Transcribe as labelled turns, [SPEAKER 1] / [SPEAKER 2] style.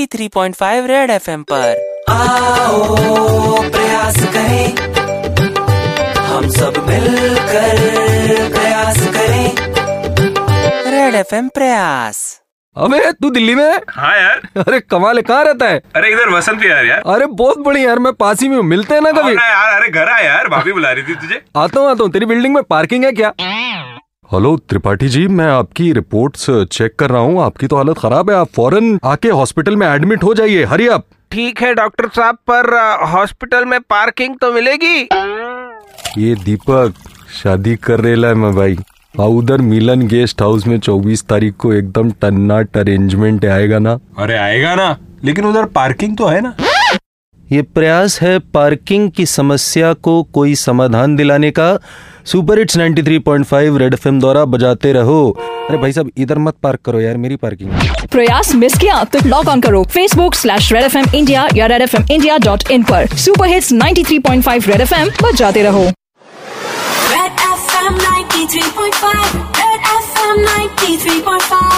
[SPEAKER 1] 93.5 Red FM पर
[SPEAKER 2] आओ प्रयास करें हम सब मिलकर प्रयास करें
[SPEAKER 1] रेड एफएम प्रयास
[SPEAKER 3] अबे तू दिल्ली में है
[SPEAKER 4] हाँ यार
[SPEAKER 3] अरे कमाल है कहाँ रहता है
[SPEAKER 4] अरे इधर वसंत विहार यार
[SPEAKER 3] अरे बहुत बढ़िया यार मैं पास ही में हूँ मिलते हैं ना
[SPEAKER 4] अरे
[SPEAKER 3] कभी
[SPEAKER 4] यार अरे घर आ यार भाभी बुला रही थी तुझे
[SPEAKER 3] आता हूँ आता हूँ तेरी बिल्डिंग में पार्किंग है क्या
[SPEAKER 5] हेलो त्रिपाठी जी मैं आपकी रिपोर्ट्स चेक कर रहा हूँ आपकी तो हालत खराब है आप फौरन आके हॉस्पिटल में एडमिट हो जाइए हरी आप
[SPEAKER 6] ठीक है डॉक्टर साहब पर अ, हॉस्पिटल में पार्किंग तो मिलेगी
[SPEAKER 5] ये दीपक शादी कर रेला है मैं भाई और उधर मिलन गेस्ट हाउस में 24 तारीख को एकदम टन्नाट अरेंजमेंट आएगा ना
[SPEAKER 4] अरे आएगा ना लेकिन उधर पार्किंग तो है ना
[SPEAKER 7] ये प्रयास है पार्किंग की समस्या को कोई समाधान दिलाने का सुपर हिट्स 93.5 रेड एफएम द्वारा बजाते रहो
[SPEAKER 3] अरे भाई साहब इधर मत पार्क करो यार मेरी पार्किंग है।
[SPEAKER 8] प्रयास मिस किया तो लॉग ऑन करो Facebook slash Red F M India या Red F M India dot in पर super hits 93.5 Red F M बजाते रहो
[SPEAKER 9] Red FM 93.5. Red FM 93.5.